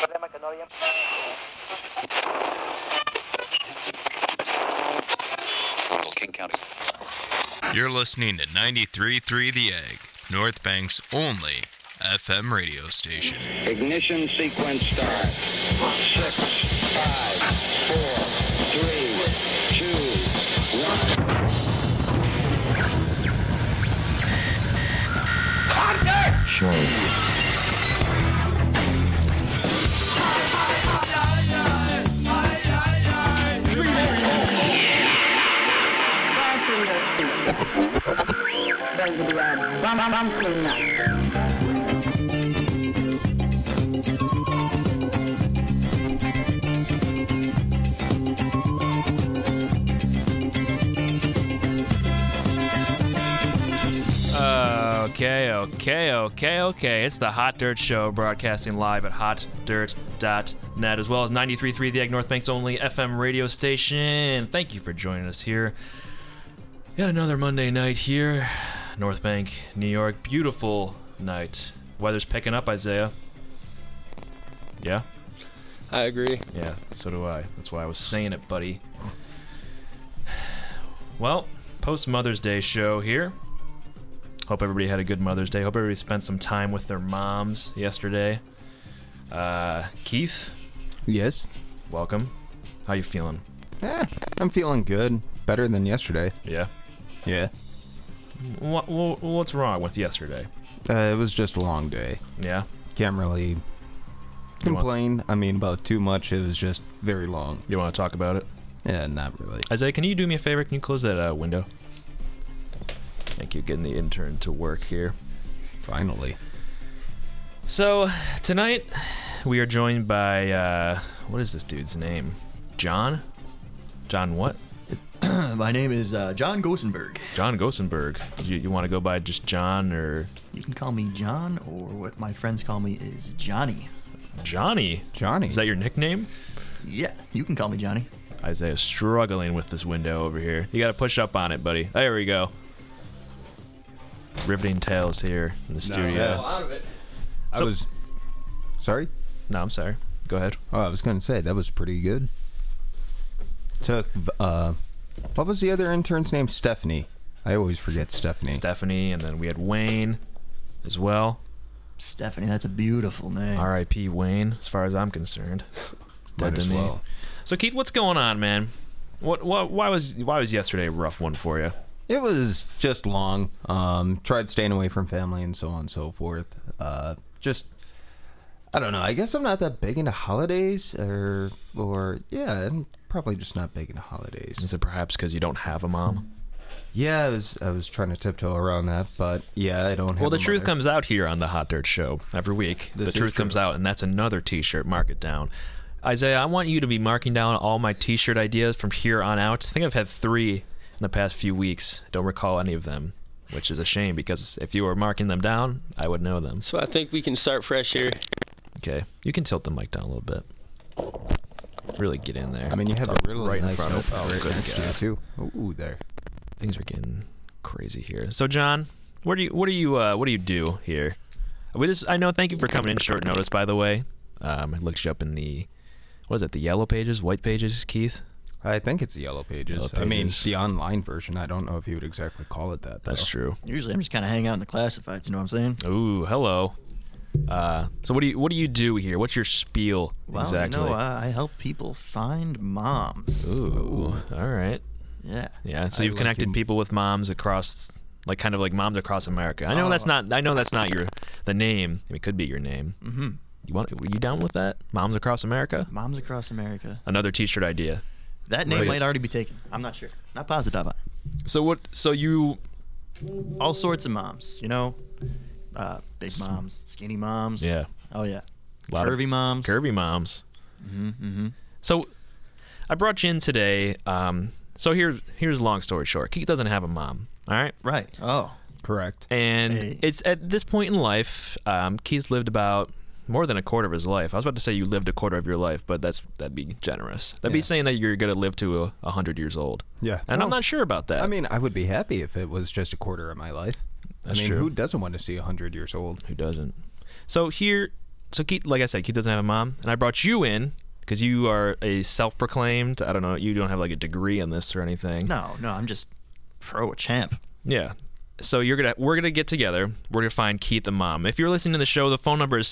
William. King County. You're listening to 93.3 The Egg, North Bank's only FM radio station. Ignition sequence start. Six, five, four, three, two, one. Fasten your seatbelts. It's going to be a bum bum bum clean night. Okay, okay, okay, okay. It's the Hot Dirt Show, broadcasting live at hotdirt.net, as well as 93.3 The Egg North Bank's only FM radio station. Thank you for joining us here. Yet another Monday night here, North Bank, New York. Beautiful night. Weather's picking up, Isaiah. Yeah? I agree. Yeah, so do I. That's why I was saying it, buddy. Well, post Mother's Day show here. Hope everybody had a good Mother's Day. Hope everybody spent some time with their moms yesterday. Uh, Keith, Yes. welcome. How you feeling? Eh, I'm feeling good. Better than yesterday. Yeah. Yeah. What, what, what's wrong with yesterday? Uh, it was just a long day. Yeah. Can't really complain. I mean, about too much. It was just very long. You want to talk about it? Yeah, not really. Isaiah, can you do me a favor? Can you close that uh, window? Thank you. Getting the intern to work here. Finally. So tonight we are joined by uh, what is this dude's name? John? John what? My name is uh, John Gosenberg. John Gosenberg. You, you want to go by just John or You can call me John, or what my friends call me is Johnny. Johnny? Johnny. Is that your nickname? Yeah, you can call me Johnny. Isaiah's struggling with this window over here. You got to push up on it, buddy. There we go. Riveting tales here in the studio. No, I so- was. Sorry? I'm sorry. Go ahead. Oh, I was going to say, that was pretty good. Took, uh, what was the other intern's name? Stephanie. I always forget Stephanie. Stephanie, and then we had Wayne as well. Stephanie, that's a beautiful name. R.I.P. Wayne, as far as I'm concerned. Might Dead as to me. well. So Keith, what's going on, man? What, what why was why was yesterday a rough one for you? It was just long. Um, tried staying away from family and so on and so forth. Uh, just, I don't know. I guess I'm not that big into holidays, or or yeah, I'm probably just not big into holidays. Is it perhaps because you don't have a mom? Yeah, I was I was trying to tiptoe around that, but yeah, I don't. Have Well, the a truth mother. comes out here on the Hot Dirt Show every week. This is the truth comes true. out, and that's another T-shirt. Mark it down, Isaiah. I want you to be marking down all my T-shirt ideas from here on out. I think I've had three in the past few weeks. Don't recall any of them, which is a shame because if you were marking them down, I would know them. So I think we can start fresh here. Okay, you can tilt the mic down a little bit. Really get in there. I mean, you have a really Oh, right in nice front of- notepad oh, right good next God. to you too. Ooh, there. things are getting crazy here. So John, what do you what do you uh, what do you do here? Well, this I know. Thank you for coming in short notice, by the way. Um, I looked you up in the what is it? The yellow pages, white pages, Keith. I think it's the yellow pages. Yellow I mean, Pages. the online version. I don't know if you would exactly call it that. Though. That's true. Usually I'm just kind of hanging out in the classifieds, you know what I'm saying? Ooh, hello. Uh, so what do you what do you do here? What's your spiel Well, exactly? you know, uh, I help people find moms. Ooh, all right. Yeah. Yeah. So I you've like connected him. people with moms across, like kind of like moms across America. I know Oh. that's not. I know that's not your the name. It could be your name. Mm-hmm. You want? Were you down with that? Moms across America. Moms across America. Another T-shirt idea. That name Right. might already be taken. I'm not sure. Not positive on it. So what? So you? All sorts of moms, you know? Uh, big moms, skinny moms. Yeah. Oh, yeah. Lot of curvy moms. Curvy moms. Mm-hmm, So I brought you in today. Um, so here, here's long story short. Keith doesn't have a mom. All right. Right. Oh. Correct. And Hey. it's at this point in life, um, Keith's lived about more than a quarter of his life. I was about to say you lived a quarter of your life, but that's that'd be generous. That'd be Yeah. saying that you're gonna live to a, a hundred years old. Yeah. and I'm Well, not sure about that. I mean, I would be happy if it was just a quarter of my life. That's I mean, true. who doesn't want to see 100 years old? who doesn't? So here, so Keith, like I said, Keith doesn't have a mom, and I brought you in because you are a self-proclaimed. I don't know. You don't have like a degree in this or anything. No, no, I'm just pro a champ. Yeah. So you're gonna we're gonna get together. We're gonna find Keith and Mom. If you're listening to the show, the phone number is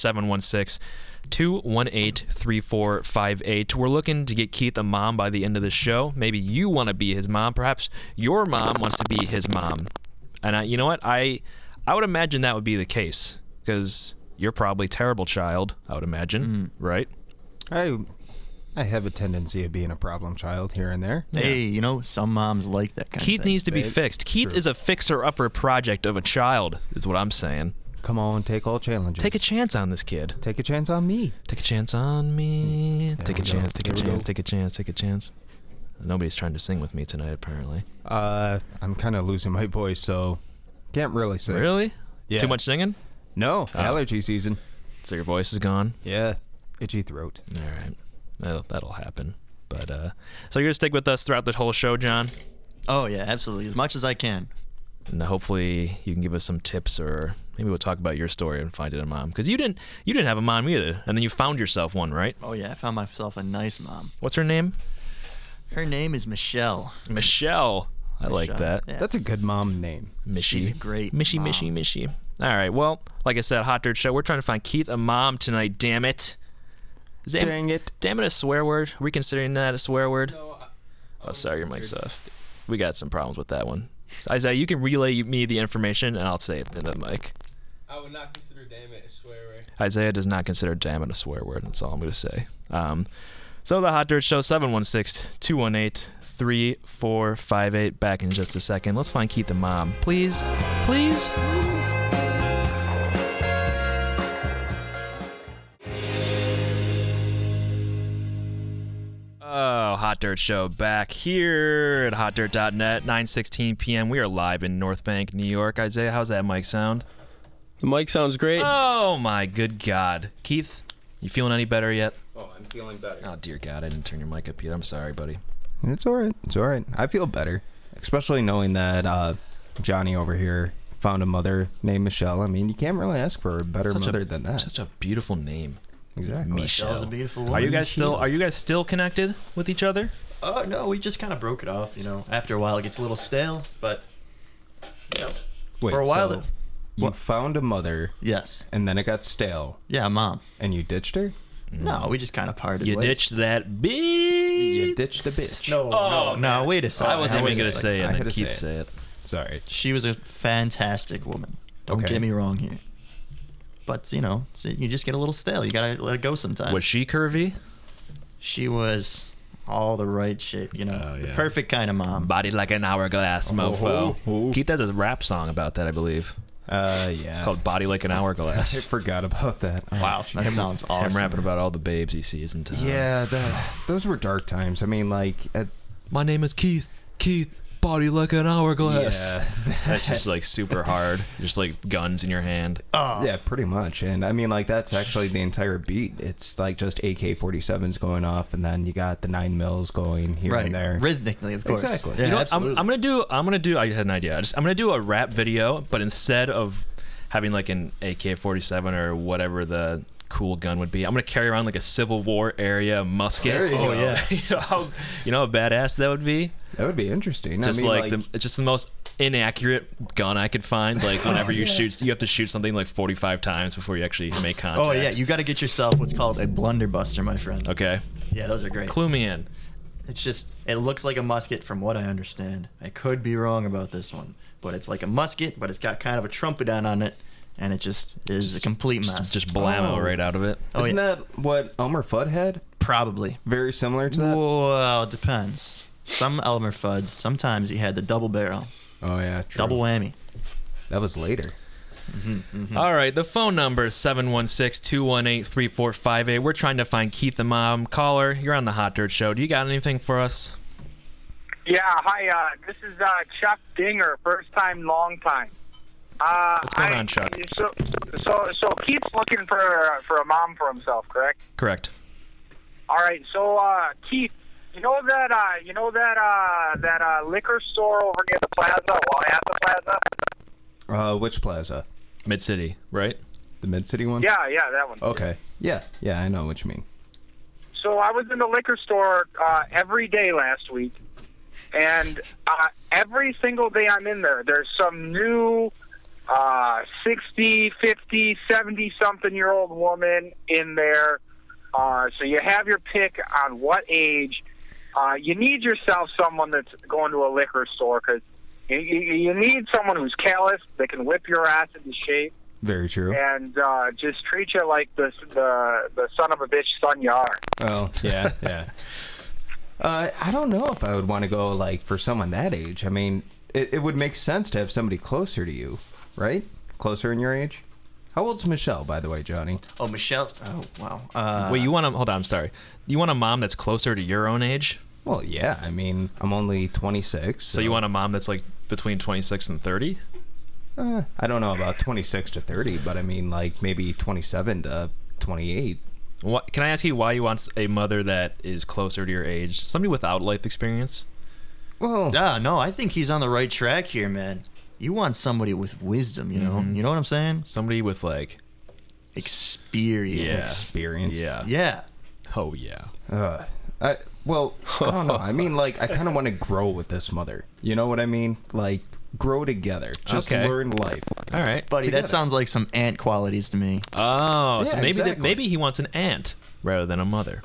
716-218-3458. We're looking to get Keith a mom by the end of the show. Maybe you want to be his mom. Perhaps your mom wants to be his mom. And I, you know what? I I would imagine that would be the case because you're probably a terrible child. I would imagine, right? I I have a tendency of being a problem child here and there. Hey, you know, some moms like that kind Keith of thing. needs to be fixed. Keith is a fixer-upper project of a child, is what I'm saying. Come on, take all challenges. Take a chance on this kid. take a chance on me. Take a chance on me. take a we go. chance, take a There we go. chance, take a chance, take a chance. Nobody's trying to sing with me tonight, apparently. Uh, I'm kind of losing my voice, so can't really sing. Really? Oh. Yeah. Too much singing? No, allergy season. So your voice is gone? Yeah, itchy throat. All right. That'll, that'll happen. But uh, so you're gonna stick with us throughout the whole show, John, Oh yeah, absolutely. As much as I can. and hopefully you can give us some tips, or maybe we'll talk about your story and find it a mom, because you didn't you didn't have a mom either, and then you found yourself one, right? Oh yeah, I found myself a nice mom. What's her name? Her name is Michelle. Michelle. I like Michelle. that. Yeah. That's a good mom name. Mishy. She's a great Mishy, mom. Mishy, Mishy. All right. Well, like I said, Hot Dirt Show. We're trying to find Keith a mom tonight. Damn it. Is that- Dang it. Damn it, a swear word. Are we considering that a swear word? oh, sorry, your mic's off. We got some problems with that one. Isaiah, you can relay me the information and I'll say it in the mic. I would not consider damn it a swear word. Isaiah does not consider damn it a swear word. That's all I'm going to say. Um, so the Hot Dirt Show, 716-218-3458. Back in just a second. Let's find Keith the mom. Please. Please. Oh, Hot Dirt Show back here at hotdirt.net, 9.16 p.m. We are live in North Bank, New York. Isaiah, how's that mic sound? The mic sounds great. Oh my good God, Keith, you feeling any better yet? Oh, I'm feeling better. Oh dear God, I didn't turn your mic up here. I'm sorry, buddy. It's all right. It's all right. I feel better, especially knowing that uh, Johnny over here found a mother named Michelle. I mean, you can't really ask for a better mother a, than that. Such a beautiful name, exactly. Michelle's a beautiful woman. Are you guys still Are you guys still connected with each other? Oh no, we just kind of broke it off. You know, after a while it gets a little stale, but you know, Wait, for a while. so it- you found a mother, yes. and then it got stale, Yeah, mom. and you ditched her. No, we just kind of parted. Mm. You ways. ditched that bitch. You ditched the bitch. No, no, no. Wait a second. Oh, I wasn't even was gonna just like- say it. I and had then to Keith say say it. Sorry. She was a fantastic woman. Don't Okay. get me wrong here. But you know, so you just get a little stale. You gotta let it go sometimes. Was she curvy? she was all the right shape. You know, Oh, the yeah. perfect kind of mom. Body like an hourglass, mofo. Keith has a rap song about that, I believe, Uh, yeah. called "Body Like an I Hourglass." forgot about that. Oh, Wow, jeez. that sounds I'm awesome. rapping about all the babes he sees in town. Yeah, that, those were dark times. I mean, like, at, My name is Keith. Keith, body like an hourglass. yeah, That's just like super hard. Just like guns in your hand. yeah, pretty much. And I mean, like, that's actually the entire beat. It's like just AK-47s going off, and then you got the nine mils going here right and there. rhythmically, of course. Exactly. Yeah, You know But I'm, absolutely. I'm gonna do. I'm gonna do. I had an idea. I just, I'm gonna do a rap video, but instead of having like an AK-47 or whatever the cool gun would be, I'm gonna carry around like a Civil War area musket. There you Oh, go. yeah. you, know how, you know how badass that would be. That would be interesting. Just I mean, like, the it's just the most inaccurate gun I could find. Like whenever you shoot, you have to shoot something like 45 times before you actually make contact. oh yeah, you got to get yourself what's called a blunderbuster, my friend. Okay. Yeah, those are great. Clue me in. It's just it looks like a musket from what I understand. I could be wrong about this one, but it's like a musket, but it's got kind of a trumpet on, on it, and it just is a complete mess. Just, just blammo Oh. right out of it. oh, isn't yeah, that what Elmer Fudd had? probably. Very similar to that. Well, it depends. Some Elmer Fudd. Sometimes he had the double barrel, oh yeah, true. double whammy. That was later. Mm-hmm. All right, the phone number is 716-218-3458. We're trying to find Keith the Mom. Caller, you're on the Hot Dirt Show. Do you got anything for us? Yeah, hi. Uh, this is uh, Chuck Dinger, first time, long time. Uh, What's going I- on, Chuck? So, so, so Keith's looking for for a mom for himself, correct? Correct. All right. So, uh, Keith, you know that uh, you know that uh, that uh, liquor store over near the plaza, well, at the plaza. Uh, which plaza? Mid-City, right? The Mid City one? Yeah, yeah, that one. Okay. Yeah, yeah, I know what you mean. So I was in the liquor store uh, every day last week, and uh, every single day I'm in there, there's some new uh, 60, 50, 70 something year old woman in there. Uh, so you have your pick on what age. Uh, you need yourself someone that's going to a liquor store because you, you, you need someone who's callous, that can whip your ass into shape Very true. and uh, just treat you like the the the son of a bitch son you are. Oh, yeah, yeah. Uh, I don't know if I would want to go like for someone that age. I mean, it, it would make sense to have somebody closer to you, right? Closer in your age. How old's Michelle, by the way, Johnny? Oh, Michelle. Oh, wow. Wait, you want to hold on? I'm sorry. You want a mom that's closer to your own age? Well, yeah. I mean, I'm only 26. So you want a mom that's like between 26 and 30? Uh, I don't know about 26 to 30, but I mean, like maybe 27 to 28. What, can I ask you why you want a mother that is closer to your age? Somebody without life experience? Well, Nah, no, I think he's on the right track here, man. You want somebody with wisdom, you know? You know what I'm saying? Somebody with like Experience. Experience. Yeah. Yeah. Oh yeah. Uh, I well, I don't know. I mean, like, I kind of want to grow with this mother. You know what I mean? Like, grow together. Just Okay. learn life. All right. Buddy, Together. that sounds like some ant qualities to me. Oh, so Yeah, maybe that, exactly. maybe he wants an aunt rather than a mother.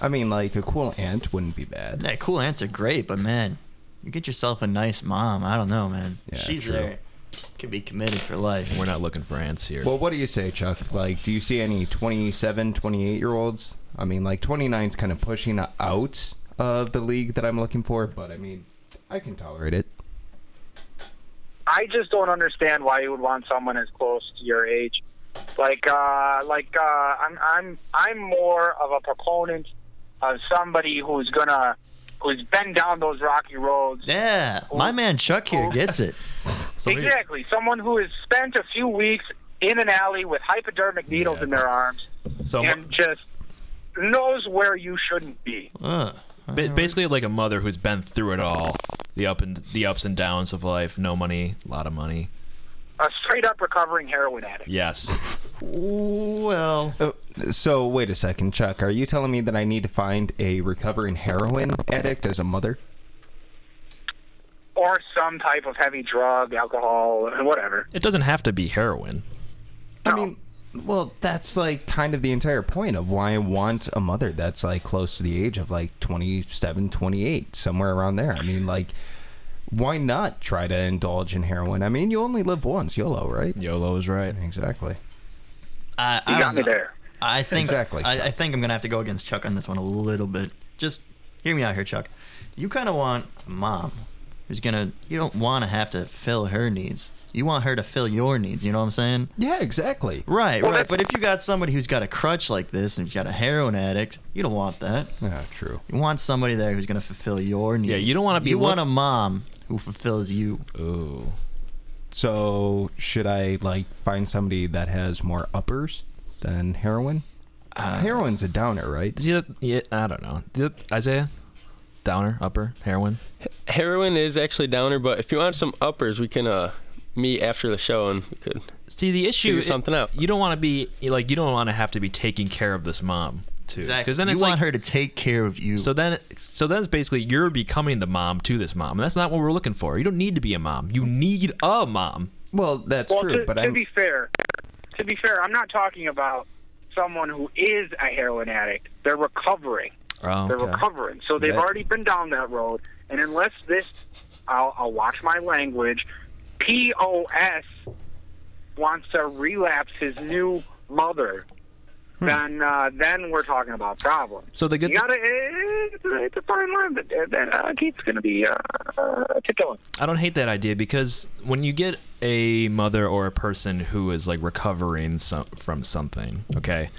I mean, like, a cool aunt wouldn't be bad. That cool ants are great, but man, you get yourself a nice mom. I don't know, man. Yeah, She's true. there. Could be committed for life. We're not looking for ants here. Well, what do you say, Chuck? Like, do you see any 27, 28 year olds? I mean, like, 29's kind of pushing out of the league that I'm looking for, but I mean, I can tolerate it. I just don't understand why you would want someone as close to your age. Like, uh, like uh, I'm, I'm, I'm more of a proponent of somebody who's gonna, who's been down those rocky roads. Yeah, my man Chuck here gets it. Somebody- Exactly, someone who has spent a few weeks in an alley with hypodermic needles Yeah. in their arms So and just knows where you shouldn't be. Uh, ba- basically, like a mother who's been through it all, the up and the ups and downs of life. No money, a lot of money. A straight up recovering heroin addict. Yes. well, Uh, so, wait a second, Chuck. Are you telling me that I need to find a recovering heroin addict as a mother? or some type of heavy drug, alcohol, whatever. It doesn't have to be heroin. I mean, well, that's like kind of the entire point of why I want a mother that's like close to the age of like 27, 28, somewhere around there. I mean, like, why not try to indulge in heroin? I mean, you only live once, YOLO, right? YOLO is right. Exactly. I, I You got don't me know. there. I think Exactly, I, I Chuck. think I'm gonna have to go against Chuck on this one a little bit. Just hear me out here, Chuck. You kind of want a mom who's gonna. You don't want to have to fill her needs. You want her to fill your needs. You know what I'm saying? Yeah, exactly. Right, Well, right. that- But if you got somebody who's got a crutch like this and you've got a heroin addict, you don't want that. Yeah, true. You want somebody there who's gonna fulfill your needs. Yeah, you don't wanna be You look- want a mom who fulfills you. Ooh. So, should I like find somebody that has more uppers than heroin? Uh, Heroin's a downer, right? Does he? Yeah, I don't know. Did Isaiah? Downer, upper, heroin. Heroin is actually downer, but if you want some uppers, we can uh, meet after the show and we could. See, the issue Figure is something out. You don't want to be like you don't want to have to be taking care of this mom too, Exactly. then you it's want like her to take care of you. so then so then it's basically you're becoming the mom to this mom. And that's not what we're looking for. You don't need to be a mom. You need a mom. Well, that's Well, true, to, but to I'm be fair, to be fair, I'm not talking about someone who is a heroin addict. They're recovering. Oh, They're okay. recovering. So they've That- already been down that road. And unless this, I'll, I'll watch my language. POS wants to relapse his new mother. Hmm. Then, uh, then we're talking about problems. So the good You gotta, it's, a- it's a fine line that, that uh, keeps going to be uh, uh, tiptoeing. I don't hate that idea because when you get a mother or a person who is like recovering some, from something, okay,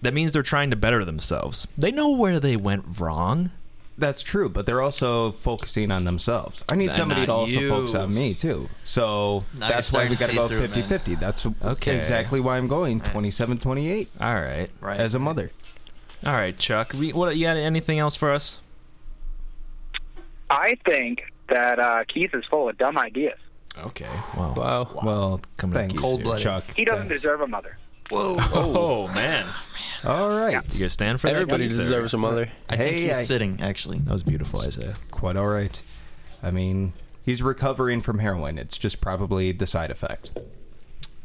that means they're trying to better themselves. They know where they went wrong. That's true, but they're also focusing on themselves. I need Then somebody to not also you. focus on me too. So Now that's you're why we got to starting go to see through it, 50-50. That's Okay. exactly why I'm going 27-28 All right, right. as a mother. all right, Chuck. We, what you got? Anything else for us? I think that uh, Keith is full of dumb ideas. Okay. Wow. Wow. Well, Coming thanks, in Cold-blooded. Chuck. He doesn't deserve a mother. Whoa. Oh, man. All right. You guys stand for that? Everybody Keith, or- deserves a mother. I think Hey, he's I- sitting, actually. That was beautiful, Isaiah. Quite all right. I mean, he's recovering from heroin. It's just probably the side effect.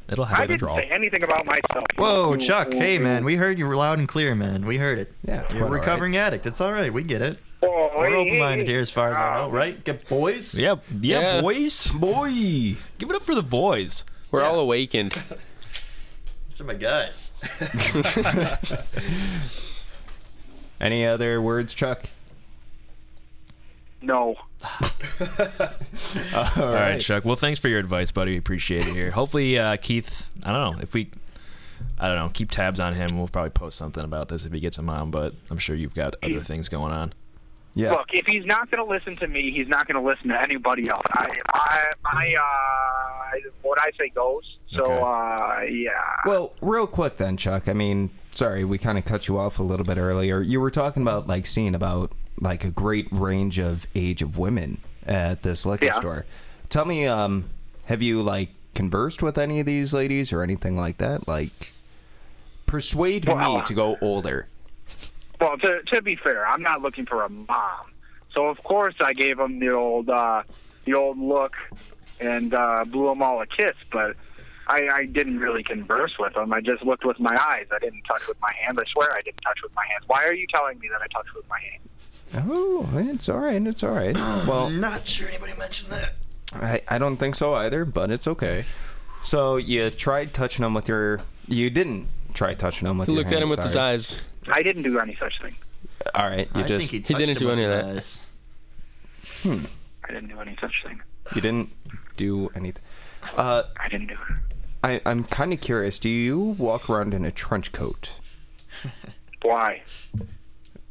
It'll I happen. didn't withdrawal. say anything about myself. Whoa, Chuck. Hey, man. We heard you were loud and clear, man. We heard it. Yeah, it's You're a quite all recovering addict. It's all right. We get it. Oh, We're hey, open minded hey, here as far as I know, right? Good boys? Yeah, yeah, Yeah. boys. Boy. Give it up for the boys. We're all awakened. These are my guys. Any other words, Chuck? No. All All right, right. Chuck. Well, thanks for your advice, buddy. We appreciate it here. Hopefully, uh, Keith. I don't know if we. I don't know. Keep tabs on him. We'll probably post something about this if he gets him on. But I'm sure you've got other things going on. Yeah. Look, if he's not going to listen to me, he's not going to listen to anybody else. I, I, I, uh, what I say goes. So, Okay. uh, yeah. Well, real quick then, Chuck. I mean, sorry, we kind of cut you off a little bit earlier. You were talking about like seeing about like a great range of age of women at this liquor Yeah. store. Tell me, um, have you like conversed with any of these ladies or anything like that? Like, persuade Well, me to go older. Well, to, to be fair, I'm not looking for a mom, so of course I gave him the old uh, the old look and uh, blew them all a kiss. But I, I didn't really converse with them. I just looked with my eyes. I didn't touch with my hands. I swear I didn't touch with my hands. Why are you telling me that I touched with my hands? Oh, it's all right. It's all right. Well, Not sure anybody mentioned that. I, I don't think so either, but it's okay. So you tried touching them with your. You didn't try touching them with your. Looked at him hands, with his sorry. eyes. I didn't do any such thing. All right, you I just think he, touched didn't him do with any of his that. eyes. I didn't do any such thing. You didn't do anything. Uh, I didn't do it. I, I'm kind of curious. Do you walk around in a trench coat? Why?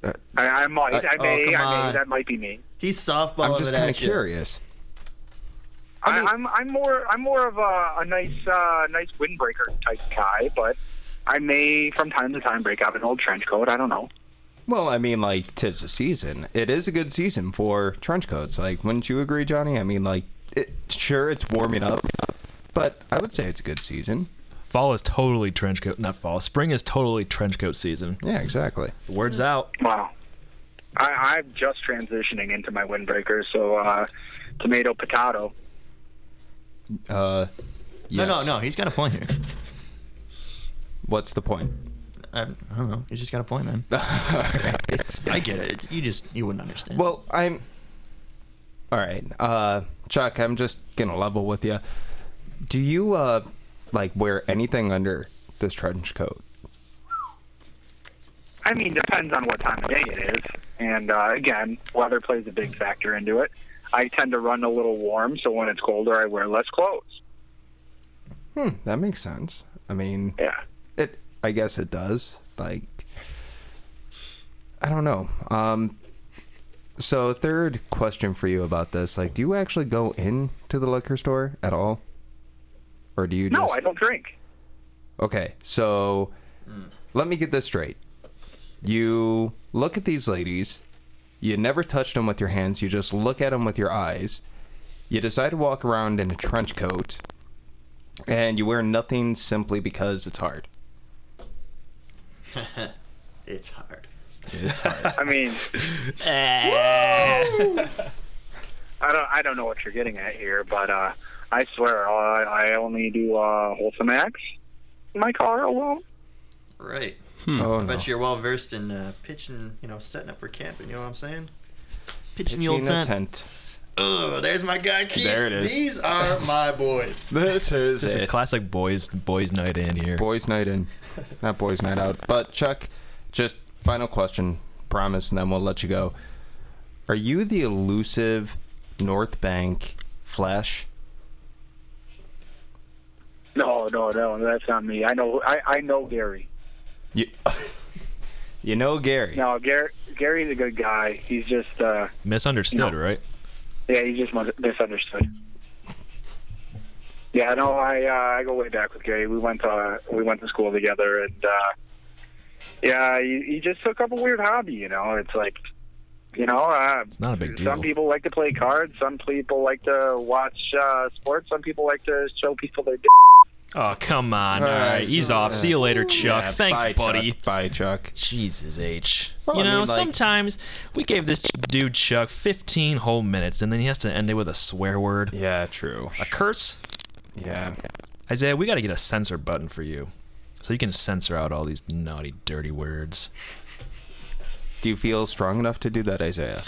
I, I might. I, I- may. Uh, oh, come I may. on. That might be me. He's softballing I'm just it kind of at you. curious. I I'm I'm more I'm more of a, a nice uh, nice windbreaker type guy, but I may from time to time break out an old trench coat. I don't know. Well, I mean, like, tis the season. It is a good season for trench coats. Like, wouldn't you agree, Johnny? I mean, like, it, sure, it's warming up, but I would say it's a good season. Fall is totally trench coat. Not fall. Spring is totally trench coat season. Yeah, exactly. Words out. Wow. I, I'm just transitioning into my windbreaker, so uh, tomato potato. Uh, No, yes. no, no. He's got a point here. What's the point? I, I don't know. He's just got a point, man. I get it. You just you wouldn't understand. Well, I'm. All right, uh, Chuck. I'm just gonna level with you. Do you uh, like wear anything under this trench coat? I mean, depends on what time of day it is, and uh, again, weather plays a big factor into it. I tend to run a little warm, so when it's colder, I wear less clothes. Hmm, that makes sense. I mean, Yeah. it. I guess it does. Like, I don't know. Um, so third question for you about this: like, do you actually go into the liquor store at all, or do you No, just? I don't drink. Okay, so let me get this straight. You look at these ladies, you never touched them with your hands, you just look at them with your eyes. You decide to walk around in a trench coat, and you wear nothing simply because it's hard. it's hard. I mean, Eh. I don't. I don't know what you're getting at here, but uh, I swear I, I only do uh, wholesome acts. in My car alone. Right. Oh, no. But you're well versed in uh, pitching, you know, setting up for camping. You know what I'm saying? Pitching Pitching the old a tent. tent. Oh, there's my guy Keith. There it is. These are my boys. This is It's a classic boys boys night in here. Boys' night in, not boys' night out. But Chuck, just final question, promise, and then we'll let you go. Are you the elusive North Bank Flash? No, no, no. That's not me. I know. I, I know Gary. You, you know Gary. No, Gary. Gary's a good guy. He's just. Uh, Misunderstood, No. right? yeah, he's just mis- misunderstood. Yeah, no. I uh, I go way back with Gary. We went to uh, we went to school together, and uh, yeah, he, he just took up a weird hobby. You know, it's like You know, uh, It's not a big some deal. people like to play cards. Some people like to watch uh, sports. Some people like to show people their. D- Oh, come on. All right. He's off. See you later, Chuck. Yeah, Thanks, bye, buddy. Chuck. Bye, Chuck. Jesus H. Well, you I know, mean, like- sometimes we gave this dude Chuck 15 whole minutes, and then he has to end it with a swear word, Yeah, true. a curse. Yeah. Isaiah, we got to get a censor button for you, so you can censor out all these naughty, dirty words. Do you feel strong enough to do that, Isaiah?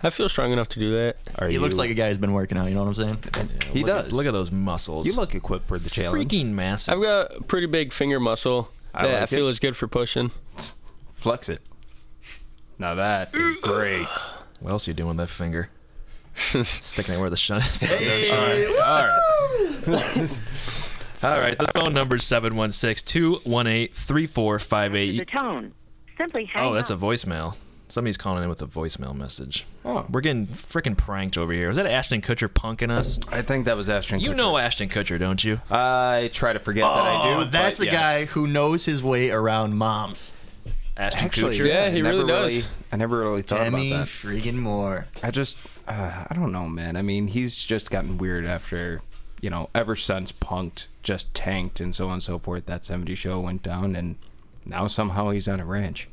I feel strong enough to do that. Are He you, looks like a guy who's been working out. You know what I'm saying? he Look at- does. look at those muscles. you look equipped for the challenge. freaking massive. I've got a pretty big finger muscle I that like I feel it. is good for pushing. Flex it. Now that is great. What else are you doing with that finger? Sticking it where the shun is. All right. All right, the phone number is 716 218 3458. The tone. Simply hang Oh, that's a up. voicemail. Somebody's calling in with a voicemail message. Oh. We're getting freaking pranked over here. Is that Ashton Kutcher punking us? I think that was Ashton. You Kutcher. know Ashton Kutcher, don't you? I try to forget that I do. Oh, that's a but yes. guy who knows his way around moms. Ashton Actually, Kutcher. Yeah, I he never really does. Really, I never really thought Demi about that. friggin' Moore. I just, uh, I don't know, man. I mean, he's just gotten weird after, you know, ever since Punked just tanked and so on and so forth. That 70 show went down, and now somehow he's on a ranch.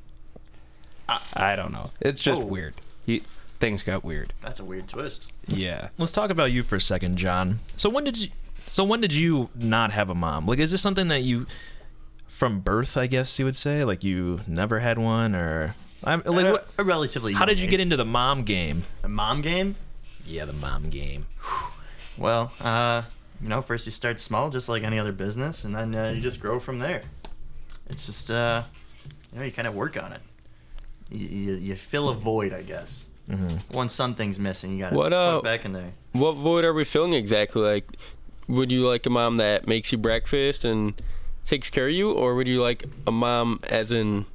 I, don't know. It's just Oh. weird. He, things got weird. That's a weird twist. Yeah. Let's talk about you for a second, John. So when did you so when did you not have a mom? Like is this something that you from birth, I guess you would say, like you never had one or I'm like what, a relatively. how did you get into the mom game? the mom game? Yeah, the mom game. Well, uh, you know, first you start small, just like any other business, and then uh, you just grow from there. It's just, uh, you know, you kind of work on it. You, you, you fill a void, I guess. Mm-hmm. Once something's missing, you gotta What, put uh, it back in there. What void are we filling exactly? Like, would you like a mom that makes you breakfast and takes care of you, or would you like a mom as in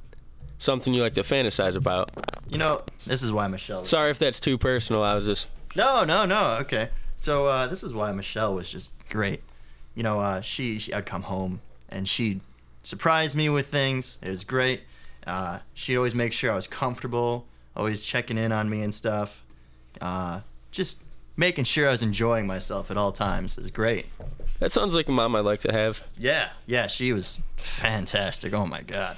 something you like to fantasize about? You know, this is why Michelle. Sorry if that's too personal. I was just No, no, no. Okay. So uh, this is why Michelle was just great. You know, uh, she, she I'd come home and she'd surprise me with things. It was great. Uh, she'd always make sure I was comfortable, always checking in on me and stuff. Uh, just making sure I was enjoying myself at all times is great. that sounds like a mom I'd like to have. Yeah, yeah, she was fantastic. Oh my god.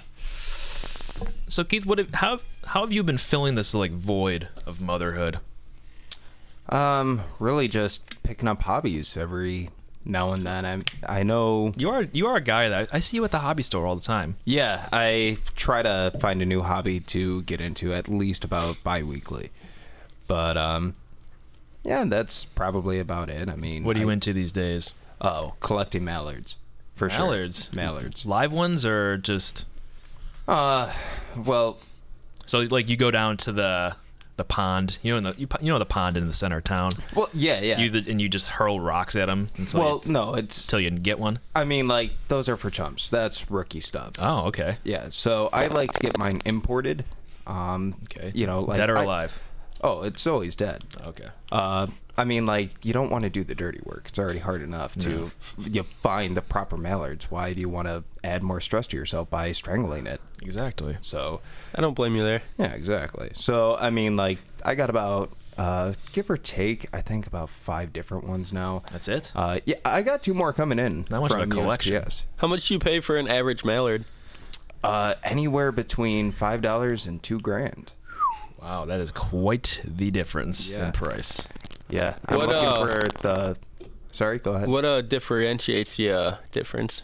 So Keith, what have, how how have you been filling this like void of motherhood? Um, really just picking up hobbies every now and then. I'm, I know You are you are a guy that I see you at the hobby store all the time. Yeah, I try to find a new hobby to get into at least about bi-weekly. But um yeah, that's probably about it. I mean, What are you I- into these days? Oh, collecting mallards. For Mallards. sure. Mallards. Live ones or just Uh well, so like you go down to the the pond, you know, in the you, po- you know the pond in the center of town. well yeah, yeah. You th- and you just hurl rocks at them until well, you, no, it's until you get one. I mean like those are for chumps. That's rookie stuff. Oh, okay. yeah, so I like to get mine imported. Um, Okay. you know, like dead or I- alive. oh, it's always dead. Okay. Uh, I mean, like you don't want to do the dirty work. It's already hard enough to you find the proper mallards. Why do you want to add more stress to yourself by strangling it? Exactly. So I don't blame you there. yeah, exactly. So I mean, like I got about uh, give or take, I think about five different ones now. That's it? Uh, yeah, I got two more coming in Not much of a from collection. USPS. How much do you pay for an average mallard? Uh, anywhere between five dollars and two grand. Wow, that is quite the difference Yeah. in price. Yeah, I'm What, looking uh, for the. Sorry, go ahead. What uh differentiates the uh, difference?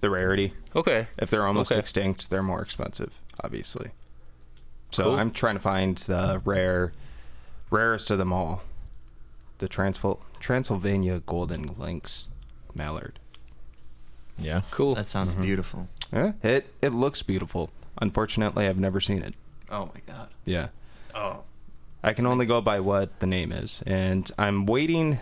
The rarity. Okay. If they're almost Okay. extinct, they're more expensive, obviously. So Cool. I'm trying to find the rare, rarest of them all, the Transful- Transylvania Golden Lynx mallard. Yeah. Cool. That sounds beautiful. Yeah, it it looks beautiful. Unfortunately, I've never seen it. Oh my god. Yeah, Oh. I can only go by what the name is, and I'm waiting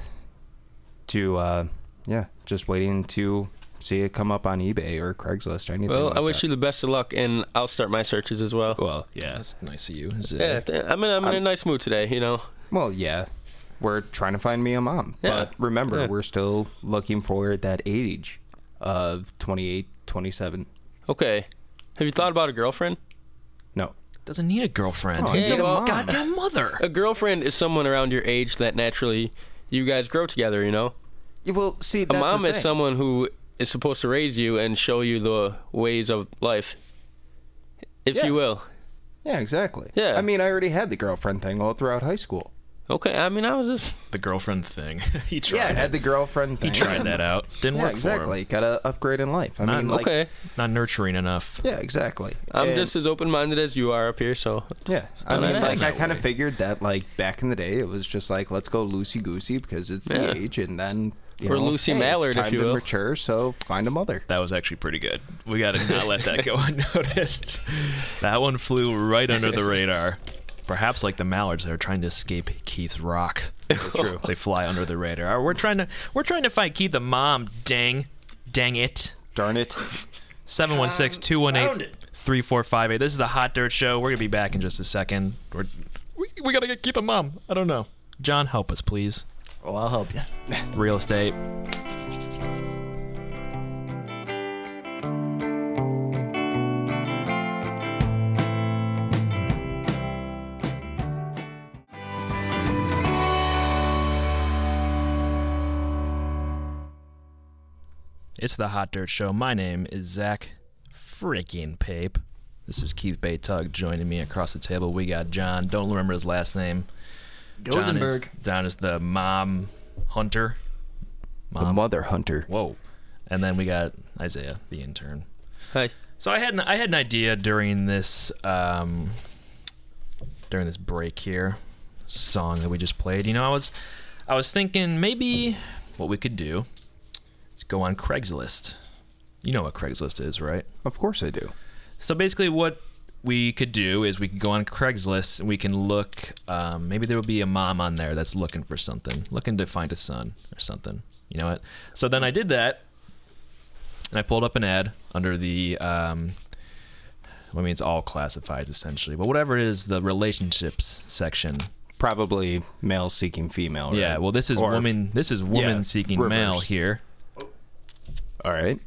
to, uh, yeah, just waiting to see it come up on eBay or Craigslist or anything. well, like I wish that. you the best of luck, and I'll start my searches as well. Well, yeah. That's nice of you. Is it- Yeah, th- I'm in, I'm in a nice mood today, you know. Well, yeah. We're trying to find me a mom. Yeah. But remember, Yeah. we're still looking for that age of 28, 27. Okay. Have you thought about a girlfriend? No. doesn't need a girlfriend. Oh, He's yeah, a well- goddamn mother. A girlfriend is someone around your age that naturally you guys grow together, you know? Yeah, well, see, A that's mom the is thing. someone who is supposed to raise you and show you the ways of life, if Yeah. you will. Yeah, exactly. Yeah. I mean, I already had the girlfriend thing all throughout high school. Okay, I mean, I was just. The girlfriend thing. he tried. Yeah, I had the girlfriend He thing. tried that out. Didn't Yeah, work exactly. Got to upgrade in life. I Not- mean, like, Ah, okay. for him. Not nurturing enough. yeah, exactly. I'm And- just as open minded as you are up here, so. Yeah, I Doesn't mean, sound like I that kind of way. figured that like back in the day, it was just like let's go loosey goosey because it's Yeah. the age, and then you Or know, Lucy hey, it's Mallard, if time you to will. mature, so find a mother. That was actually pretty good. We got to not let that go unnoticed. That one flew right under the radar. Perhaps like the mallards that are trying to escape Keith's rock. True. they fly under the radar. We're trying to we're trying to find Keith the mom. Dang, dang it. Darn it! 716-218-3458. This is the Hot Dirt Show. We're gonna be back in just a second. We're, we we gotta get Keith the mom. I don't know. John, help us, please. Oh, I'll help you. Real estate. It's the Hot Dirt Show. My name is Zach Freaking Pape. This is Keith Baytug joining me across the table. We got John. Don't remember his last name. John is, Gozenberg. John is the mom hunter. The mother hunter. Whoa. And then we got Isaiah, the intern. Hi. So I had an, I had an idea during this um, during this break here song that we just played. You know, I was I was thinking maybe what we could do is go on Craigslist. You know what Craigslist is, right? Of course I do. So basically, what we could do is we could go on Craigslist and we can look. Um, maybe there will be a mom on there that's looking for something, looking to find a son or something. You know what? So then I did that, and I pulled up an ad under the. Um, I mean, it's all classifieds essentially, but whatever it is, the relationships section. Probably male seeking female. Yeah. right? Well, this is Or- woman. This is woman seeking male reverse. here. All right.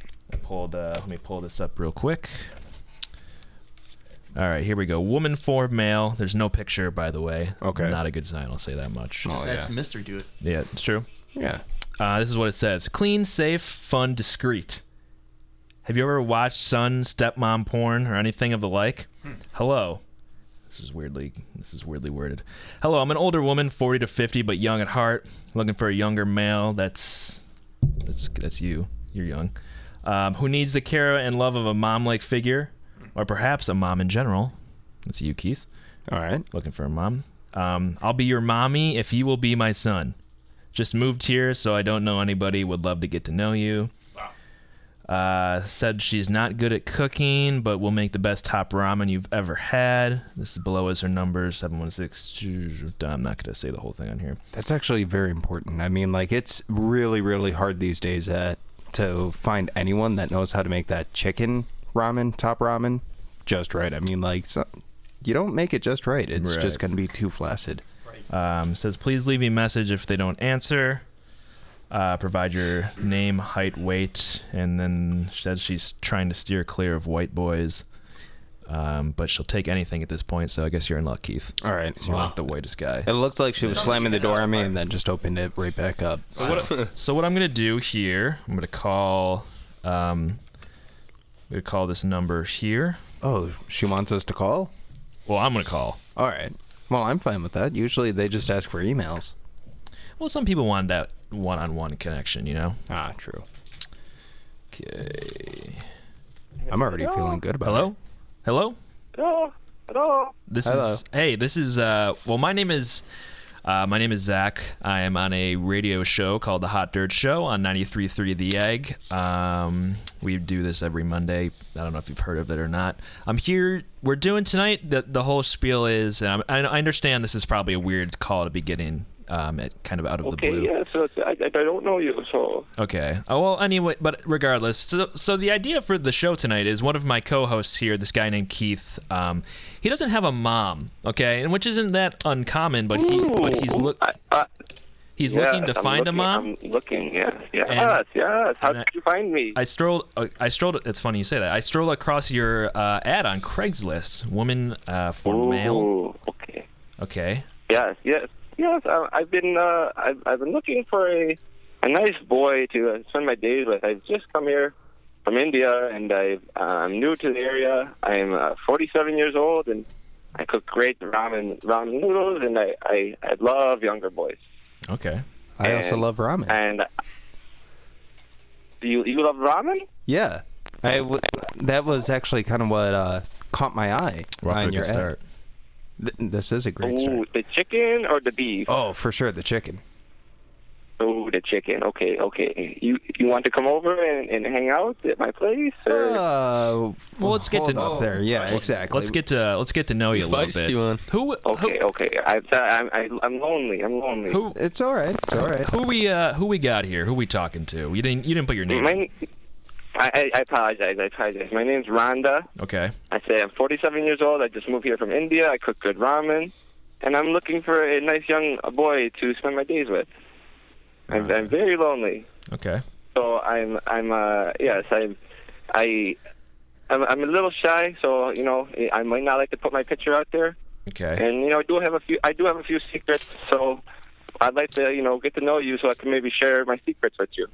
pulled uh, let me pull this up real quick all right here we go woman for male there's no picture by the way Okay. not a good sign i'll say that much Oh, That's yeah. mystery to it. yeah it's true Yeah. uh, this is what it says clean safe fun discreet have you ever watched son stepmom porn or anything of the like hello this is weirdly this is weirdly worded hello i'm an older woman 40 to 50 but young at heart looking for a younger male that's that's that's you you're young um, who needs the care and love of a mom like figure or perhaps a mom in general that's you keith All right. looking for a mom. Um, I'll be your mommy if you will be my son. Just moved here, so I don't know anybody. Would love to get to know you. Uh, said she's not good at cooking, but will make the best top ramen you've ever had. This is below is her number seven one six. I'm not gonna say the whole thing on here. That's actually very important. I mean, like it's really, really hard these days uh, to find anyone that knows how to make that chicken ramen, top ramen, just right. I mean, like so, you don't make it just right. It's Right. just gonna be too flaccid. Um, says please leave me a message if they don't answer. Uh, provide your name, height, weight, and then she said she's trying to steer clear of white boys. Um, but she'll take anything at this point, so I guess you're in luck, Keith. All right. You're like the whitest guy. It looked like she was slamming the door on me and then just opened it right back up. So what I'm gonna do here, I'm gonna call, um, I'm gonna call this number here. Oh, she wants us to call? Well, I'm gonna call. All right. Well, I'm fine with that. Usually they just ask for emails. Well, some people want that one-on-one connection, you know. Ah, true. Okay. I'm already feeling good about it. Hello, hello. Hello? Hello? This Hello. is hey. This is uh. Well, my name is uh, my name is Zach. I am on a radio show called the Hot Dirt Show on 93.3 The Egg. Um, we do this every Monday. I don't know if you've heard of it or not. I'm here. We're doing tonight. The the whole spiel is. And I'm, I I understand this is probably a weird call to be getting. Um, it kind of out of the blue. Okay, yeah, so I, I don't know you, so Okay. Oh, well, anyway, but regardless, so so the idea for the show tonight is one of my co-hosts here, this guy named Keith. Um, he doesn't have a mom, okay, and which isn't that uncommon, but he but he's look I, I, He's Yes, looking to I'm find a looking, mom. I'm looking, yes, yes, And- yes. How and I- did you find me? I strolled. Uh, I strolled. It's funny you say that. I strolled across your uh, ad on Craigslist, woman uh, for male. Okay. Okay. Yes, yes, yes. I, I've been uh, I've, I've been looking for a a nice boy to uh, spend my days with. I've just come here from India, and I uh, I'm new to the area. I'm uh, 47 years old, and I cook great ramen ramen noodles, and I I, I love younger boys. Okay. I also And- love ramen. And do you you love ramen? Yeah, I w- that was actually kind of what uh, caught my eye We're off to on a your good ad. start. Th- this is a great start. Ooh, the chicken or the beef? Oh, for sure, the chicken. Oh, the chicken. Okay, okay. You you want to come over and, and hang out at my place? Or? Uh, well, let's get to Oh. up there. Yeah, exactly. Let's get to let's get to know you a little bit. Who? Okay, okay. I, I, I, I'm lonely. I'm lonely. Who? It's all right. It's all right. Who we uh, who we got here? Who we talking to? You didn't you didn't put your name. My, I, I- I apologize. I apologize. My name's Rhonda. Okay. I say I'm 47 years old. I just moved here from India. I cook good ramen, and I'm looking for a nice young boy to spend my days with. I'm, I'm very lonely. Okay. So I'm I'm uh yes I'm I I'm, I'm a little shy. So you know I might not like to put my picture out there. Okay. And you know I do have a few I do have a few secrets. So I'd like to you know get to know you so I can maybe share my secrets with you.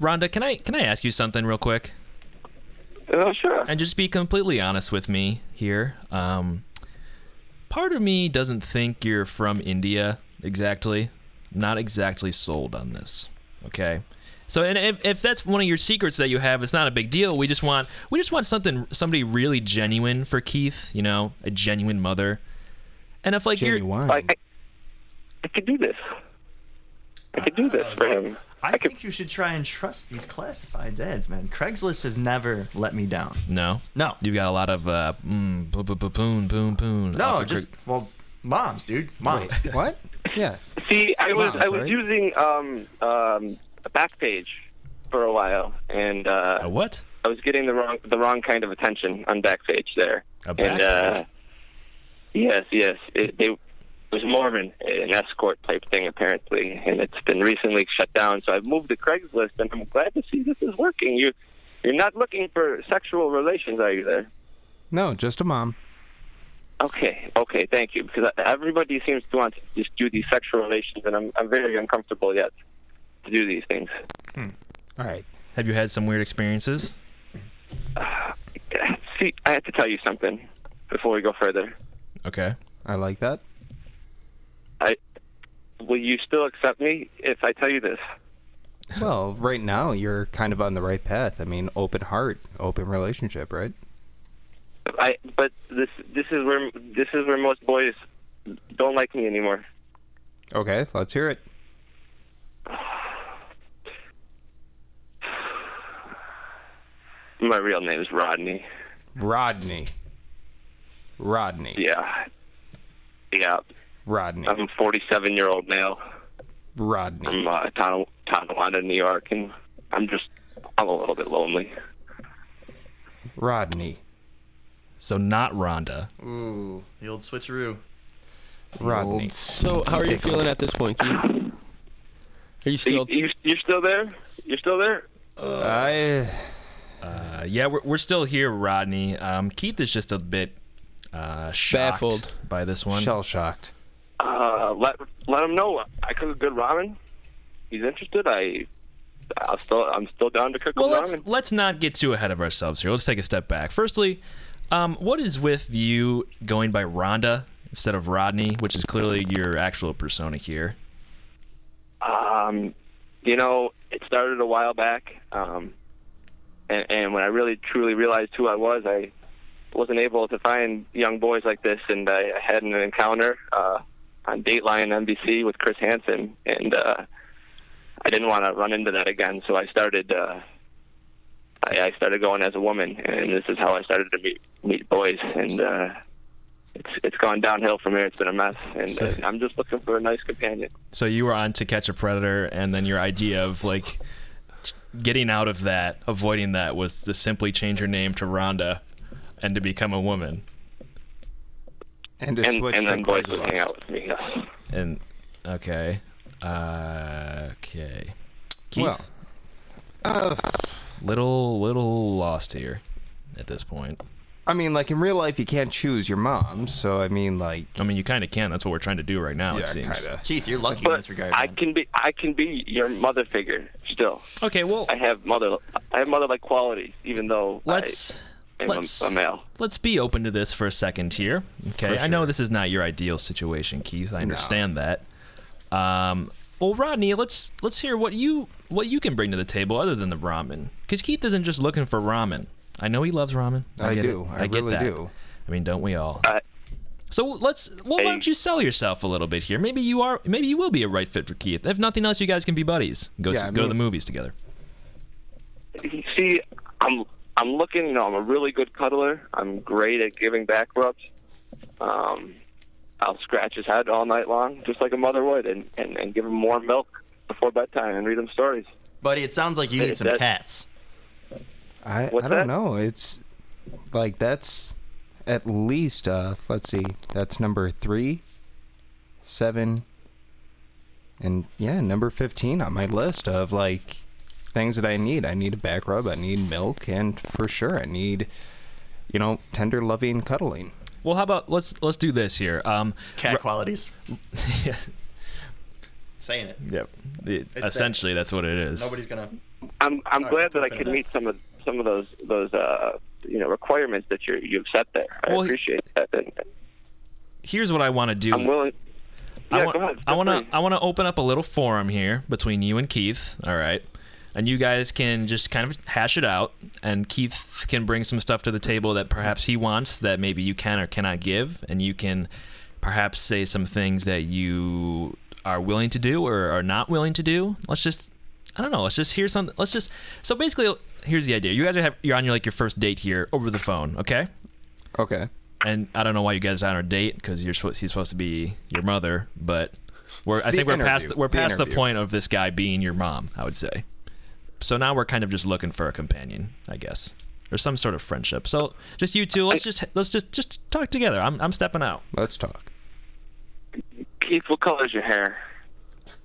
Rhonda, can I can I ask you something real quick? Oh sure. And just be completely honest with me here. Um, part of me doesn't think you're from India exactly. I'm not exactly sold on this. Okay. So, and if, if that's one of your secrets that you have, it's not a big deal. We just want we just want something somebody really genuine for Keith. You know, a genuine mother. And if like you're I, I, I could do this. I could do this for him. I think you should try and trust these classified ads, man. Craigslist has never let me down. no, no, you've got a lot of uh, mm, boom, boom, boom, boom, boom. No, just well, moms, dude, moms. what? Yeah. See, I was Moms, I was right? using um um a Backpage for a while, and uh, what? I was getting the wrong the wrong kind of attention on Backpage there. A and uh, Backpage? yes, yes, it, they. It was more of an, an escort type thing, apparently, and it's been recently shut down. So I've moved to Craigslist, and I'm glad to see this is working. You, you're not looking for sexual relations, are you? There. No, just a mom. Okay, okay, thank you. Because everybody seems to want to just do these sexual relations, and I'm, I'm very uncomfortable yet to do these things. All right. Have you had some weird experiences? See, I have to tell you something before we go further. Okay. I like that. I will you still accept me if I tell you this? Well, right now you're kind of on the right path. I mean, open heart, open relationship, right? I but this this is where this is where most boys don't like me anymore. Okay, let's hear it. My real name is Rodney. Rodney. Rodney. Yeah, yeah. Rodney. I'm a 47 year old male. Rodney. I'm uh, Ton- Tonawanda, New York, and I'm just I'm a little bit lonely. Rodney. So not Rhonda. Ooh, the old switcheroo. Rodney. So, how are you feeling at this point, Keith? Are you still? You, you're still there? You're still there? I. eh, Uh, yeah, we're, we're still here, Rodney. Um, Keith is just a bit uh, shocked Baffled. by this one. Shell shocked. Uh, let let him know I cook good ramen. He's interested. I I'll still I'm still down to cook Well, good let's ramen. let's not get too ahead of ourselves here. Let's take a step back. Firstly, um, what is with you going by Rhonda instead of Rodney, which is clearly your actual persona here? Um, you know, it started a while back. Um, and, and when I really truly realized who I was, I wasn't able to find young boys like this, and I, I had an encounter uh, on Dateline NBC with Chris Hansen, and uh, I didn't want to run into that again, so I started. Uh, I, I started going as a woman, and this is how I started to meet meet boys, and uh, it's it's gone downhill from here. It's been a mess, and, So- and I'm just looking for a nice companion. So you were on to catch a predator, and then your idea of like getting out of that, avoiding that, was to simply change your name to Rhonda and to become a woman. And and, and then boys would hang out with me. And okay, Uh, okay. Keith, Well, little little lost here at this point. I mean, like in real life, you can't choose your mom. So I mean, like. I mean, you kind of can. That's what we're trying to do right now. Yeah, it seems. kinda. Keith, you're lucky But I can be I can be your mother figure still. Okay, well I have mother I have mother like qualities, even though Let's- I am let's- a, a male. Let's be open to this for a second here. Okay, For I know this is not your ideal situation, Keith. I understand that. Um, well, Rodney, let's let's hear what you what you can bring to the table other than the ramen, because Keith isn't just looking for ramen. I know he loves ramen. I, I get do. it. I get really that. do. I mean, don't we all? so let's. Well, Hey. why don't you sell yourself a little bit here? Maybe you are. Maybe you will be a right fit for Keith. If nothing else, you guys can be buddies. Go Yeah, see- I go to the mean- movies together. See, I'm I'm looking. You know, I'm a really good cuddler. I'm great at giving back rubs. Um, I'll scratch his head all night long, just like a mother would, and and, and give him more milk before bedtime and read him stories. Buddy, it sounds like you Hey, need some that- cats. I, I What's don't that? know. It's like that's at least uh let's see. That's number 3 7 and yeah, number 15 on my list of like things that I need. I need a back rub, I need milk, and for sure I need you know, tender loving cuddling. Well, how about let's let's do this here. Um, Cat qualities. yeah. Saying it. Yep. It- It's essentially, that's what it is. Nobody's gonna. I'm I'm All right, glad that I flipping could it. meet some of some of those those uh you know requirements that you you've set there. I Well, appreciate that. And Here's what I want to do. I'm willing. Yeah, I want, go ahead. I Feel want free. to. I want to open up a little forum here between you and Keith. All right, and you guys can just kind of hash it out, and Keith can bring some stuff to the table that perhaps he wants that maybe you can or cannot give, and you can perhaps say some things that you are willing to do or are not willing to do. Let's just. I don't know. Let's just hear something. Let's just. So basically, here's the idea. You guys are have, you're on your like your first date here over the phone. Okay. Okay. And I don't know why you guys are on a date because you're supposed, he's supposed to be your mother, but we're I The think we're past interview. the, we're The past the interview. point of this guy being your mom. I would say. So now we're kind of just looking for a companion, I guess, or some sort of friendship. So just you two, let's just let's just just talk together. I'm I'm stepping out. Let's talk. Keith, what color is your hair?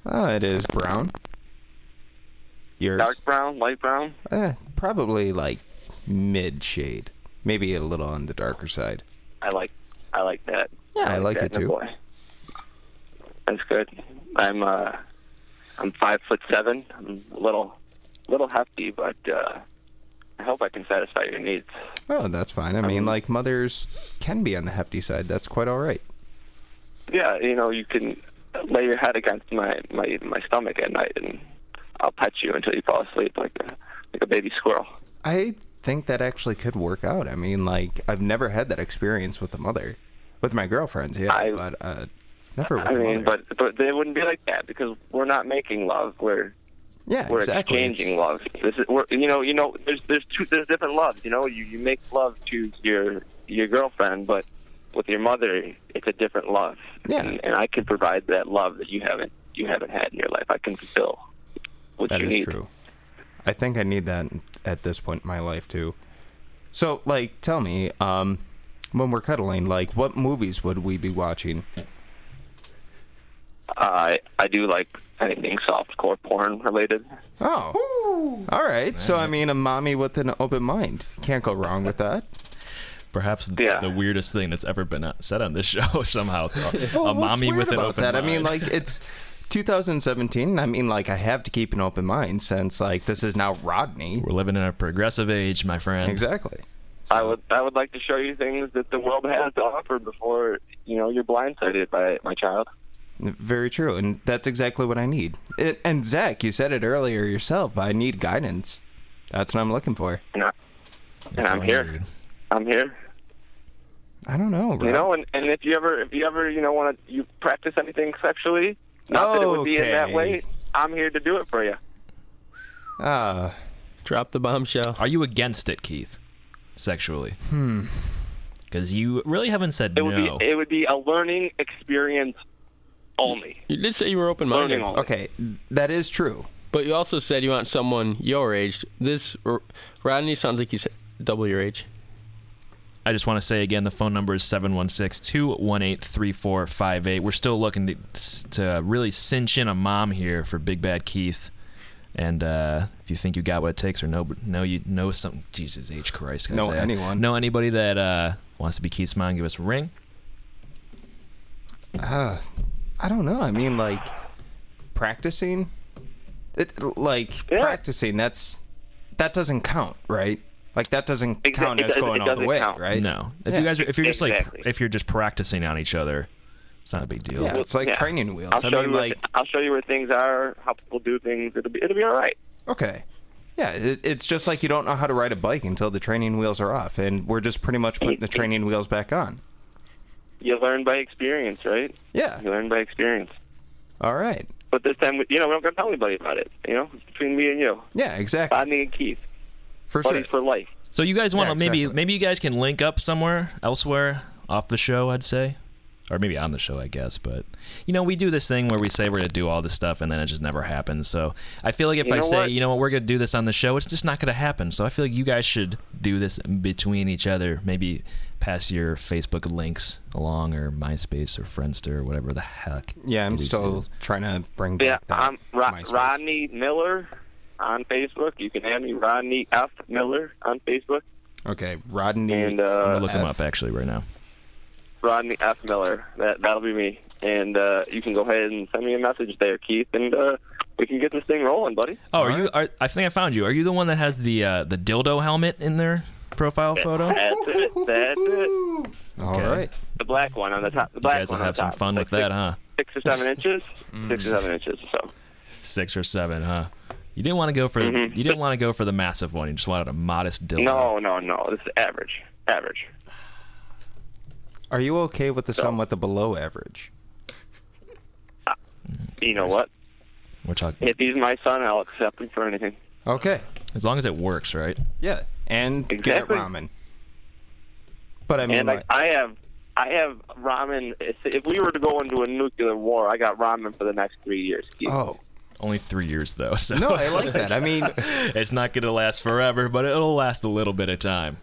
Oh, it is brown. Yours? Dark brown, light brown. Eh, probably like mid shade. Maybe a little on the darker side. I like I like that. Yeah, I like it that in a too. boy. That's good. I'm uh I'm five foot seven. I'm a little little hefty, but uh I hope I can satisfy your needs. Oh, that's fine. I Um, mean, like mothers can be on the hefty side. That's quite all right. Yeah, you know, you can lay your head against my my my stomach at night and I'll pet you until you fall asleep like a like a baby squirrel. I think that actually could work out. I mean, like I've never had that experience with a mother, with my girlfriends. Yeah, but uh, never. With I a mean, mother. but but they wouldn't be like that because we're not making love. We're Yeah, we're exactly. exchanging love. This is we're, you know you know there's there's two there's different loves. You know you you make love to your your girlfriend, but with your mother it's a different love. Yeah. And, and I can provide that love that you haven't you haven't had in your life. I can fulfill what That you is need. true. I think I need that at this point in my life too. So, like, tell me, um, when we're cuddling, like, what movies would we be watching? I I do like anything soft core porn related. Oh, all right. So, I mean, a mommy with an open mind can't go wrong with that. Perhaps th- the weirdest thing that's ever been uh, said on this show somehow. Well, a what's mommy weird with an about open that? mind. I mean, like it's 2017. I mean, like I have to keep an open mind since like this is now Rodney. We're living in a progressive age, my friend. Exactly. I would I would like to show you things that the world has to offer before you know you're blindsided by it, my child. Very true, and that's exactly what I need. It, and Zach, you said it earlier yourself. I need guidance. That's what I'm looking for. And, I, and I'm here. I'm here. I don't know. You know, and, and if you ever if you ever you know want to you practice anything sexually, not that it would be in that Okay. way. I'm here to do it for you. Ah, drop the bombshell. Are you against it, Keith? Sexually? Hmm. Because you really haven't said It would no. be it would be a learning experience only. You did say you were open minded. Learning only. Okay, that is true. But you also said you want someone your age. This R- Rodney sounds like he's double your age. I just want to say again the phone number is 716 218 3458. We're still looking to, to really cinch in a mom here for Big Bad Keith. And uh, if you think you got what it takes, or know, know you know some Jesus H Christ, Know Isaiah. anyone. know anybody that uh, wants to be Keith's mom, give us a ring. Uh, I don't know. I mean, like practicing, it, like practicing. That's that doesn't count, right? Like that doesn't count as going all the way, right? No, if you guys, are, if you're just like, if you're just practicing on each other, it's not a big deal. Yeah. Uh, I'll show you where thi- I'll show you where things are, how people do things. It'll be it'll be all right. Okay. Yeah, it, it's just like you don't know how to ride a bike until the training wheels are off, and we're just pretty much putting the training wheels back on. You learn by experience, right? Yeah. You learn by experience. All right. But this time, you know, we're not gonna tell anybody about it. You know, it's between me and you. Yeah, exactly. Rodney and Keith. For Buddies for life. So you guys want to Yeah, maybe maybe you guys can link up somewhere elsewhere off the show, I'd say, or maybe on the show, I guess. But you know, we do this thing where we say we're gonna do all this stuff, and then it just never happens. So I feel like if You I know say, what? you know what, we're gonna do this on the show, it's just not gonna happen. So I feel like you guys should do this between each other. Maybe pass your Facebook links along, or MySpace, or Friendster, or whatever the heck. Yeah, I'm it is. still trying to bring Yeah, back that. I'm Ro- MySpace. Rodney Miller on Facebook. You can add me Rodney F Miller on Facebook. Okay, Rodney. And, uh, I'm gonna look him F. up actually right now. Rodney F Miller. That that'll be me. And uh, you can go ahead and send me a message there, Keith, and uh, we can get this thing rolling, buddy. Oh, are you? Are, I think I found you. Are you the one that has the uh, the dildo helmet in their profile photo? That's it. That's it. All right. The black one on the top. The black You guys will one on have the some top. fun with that, huh? Six or seven inches. Mm. Six or seven inches. So Six or seven, huh? You didn't want to go for Mhm. you didn't want to go for the massive one. You just wanted a modest dildo. no, no, no. This is average. Average. Are you okay with the somewhat the below average? You know what? We're talking If he's my son, I'll accept him for anything. Okay. as long as it works, right? Yeah, and get Exactly. ramen. But I mean, and like, like, I have, I have ramen. If if we were to go into a nuclear war, I got ramen for the next three years. Keith. oh, Only three years though. So No, I like that. I mean- it's not going to last forever, but it'll last a little bit of time.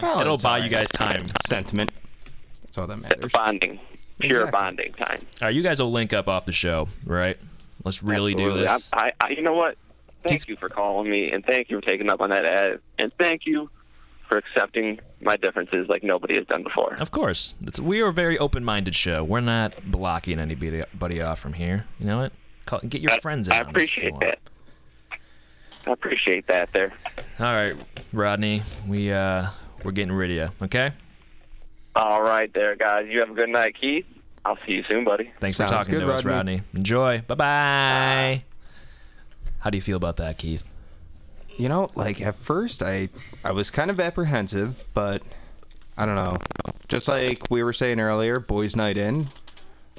Well, it'll it's buy Oh, all you right. guys time. Sentiment. That's all that matters. Bonding, pure Exactly. bonding time. All right, you guys will link up off the show, right? Let's really do Absolutely. this. I, I, I, you know what? Thank you for calling me, and thank you for taking up on that ad, and thank you for accepting my differences like nobody has done before. Of course. It's, we are a very open minded show. We're not blocking anybody buddy off from here. You know what? Call, get your friends in. I on this if you appreciate want. that. I appreciate that. There. All right, Rodney. We, uh, we're getting rid of you, okay? All right, there, guys. You have a good night, Keith. I'll see you soon, buddy. Thanks for talking to us, Rodney. Enjoy. Bye bye. How do you feel about that, Keith? you know, like at first I I was kind of apprehensive, but I don't know. Just like we were saying earlier, boys night in.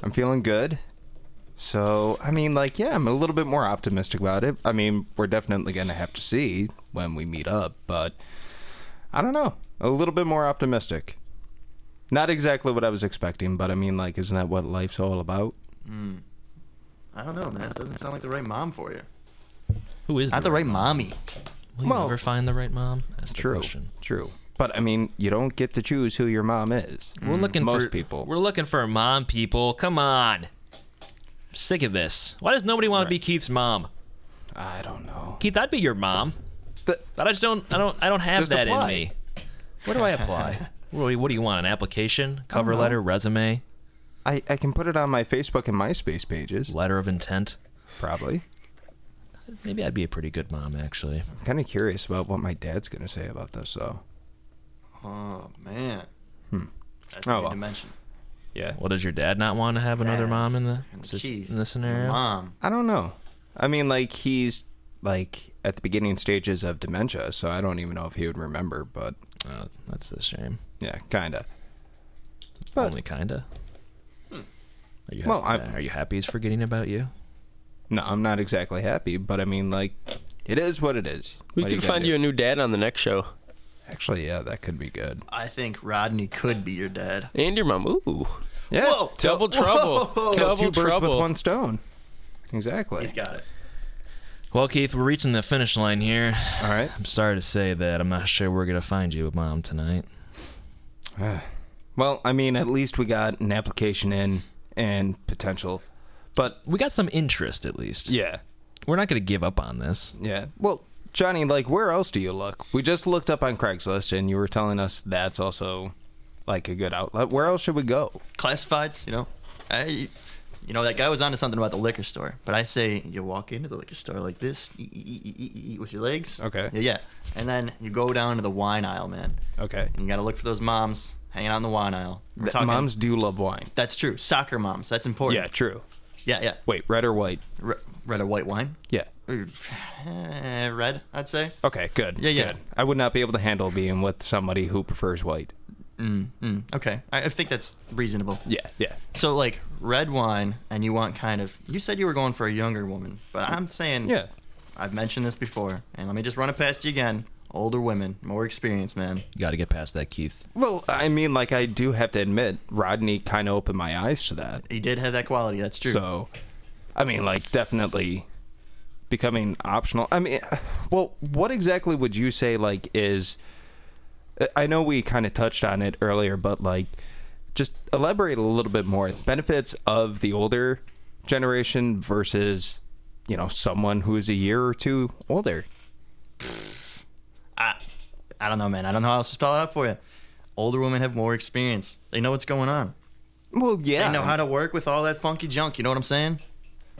I'm feeling good. So, I mean, like yeah, I'm a little bit more optimistic about it. I mean, we're definitely going to have to see when we meet up, but I don't know. A little bit more optimistic. Not exactly what I was expecting, but I mean, like, isn't that what life's all about? Mm. I don't know, man. It doesn't sound like the right mom for you. Who is Not the right mommy. Will you ever find the right mom? That's the True. question. True. But I mean, you don't get to choose who your mom is. We're looking Mm, most for people. We're looking for mom people. Come on. Sick of this. Why does nobody want to be Keith's mom? I don't know. Keith, I'd be your mom. but I just don't I don't I don't have Just that apply. in me. Where do I apply? what, do you, what do you want? An application? Cover know. letter, resume, I, I can put it on my Facebook and MySpace pages. letter of intent? Probably. Maybe I'd be a pretty good mom actually. I'm kind of curious about what my dad's going to say about this, though. Oh man. Hmm. That's Oh, oh, well. to mention. Yeah. Well, does your dad not want to have another mom in the si- in this scenario? Mom. I don't know. I mean, like, he's, like, at the beginning stages of dementia, so I don't even know if he would remember, but. Uh, that's a shame. Yeah, kind of. Only kinda. Hmm. Are you Well, happy, I'm- are you happy he's forgetting about you? No, I'm not exactly happy, but I mean, like, it is what it is. We can find you a new dad on the next show. Actually, yeah, that could be good. I think Rodney could be your dad. And your mom. Ooh. Yeah. Whoa! Double Whoa! trouble. Kill Kill Double two birds trouble. with one stone. Exactly. He's got it. Well, Keith, we're reaching the finish line here. All right. I'm sorry to say that I'm not sure we're gonna find you, mom, tonight. well, I mean, at least we got an application in and potential, but we got some interest at least. Yeah, we're not going to give up on this. Yeah. Well, Johnny, like, where else do you look? We just looked up on Craigslist, and you were telling us that's also like a good outlet. Where else should we go? Classifieds, you know. I, you know, that guy was onto something about the liquor store, but I say you walk into the liquor store like this, e- e- e- e- e- with your legs. Okay. Yeah, yeah, and then you go down to the wine aisle, man. Okay. And you gotta look for those moms hanging out in the wine aisle. We're Th- talking- moms do love wine. That's true. Soccer moms. That's important. Yeah, true. Yeah, yeah. Wait, red or white? Re- red or white wine? Yeah. Eh, red, I'd say. Okay, good. Yeah, yeah. good. I would not be able to handle being with somebody who prefers white. Mm, mm, okay, I, I think that's reasonable. Yeah, yeah. So like red wine, and you want kind of. You said you were going for a younger woman, but I'm saying. Yeah. I've mentioned this before, and let me just run it past you again. Older women, more experience, man. You got to get past that, Keith. Well, I mean, like, I do have to admit, Rodney kind of opened my eyes to that. He did have that quality. That's true. So, I mean, like, definitely becoming optional. I mean, well, what exactly would you say, like, is. I know we kind of touched on it earlier, but, like, just elaborate a little bit more. Benefits of the older generation versus, you know, someone who is a year or two older. I, I don't know, man. I don't know how else to spell it out for you. Older women have more experience. They know what's going on. Well, yeah. They know how to work with all that funky junk. You know what I'm saying?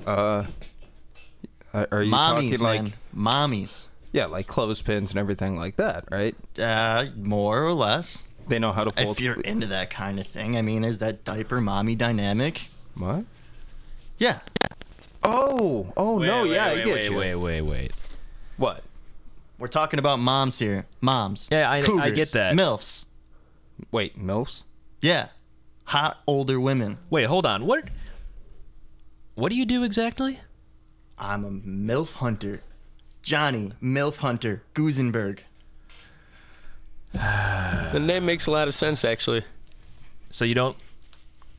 Uh, are are you Mommies, talking like man. mommies? Yeah, like clothespins and everything like that, right? Uh, more or less. They know how to fold. If you're into that kind of thing, I mean, there's that diaper mommy dynamic. What? Yeah. Oh, oh no, yeah, I get wait, you. Wait, wait, wait. What? We're talking about moms here. Moms. Yeah, I- I Cougars, get that. Milfs. Wait, milfs? Yeah. Hot older women. Wait, hold on. What? What do you do exactly? I'm a MILF hunter. Johnny, MILF hunter, Gusenberg. The name makes a lot of sense, actually. So you don't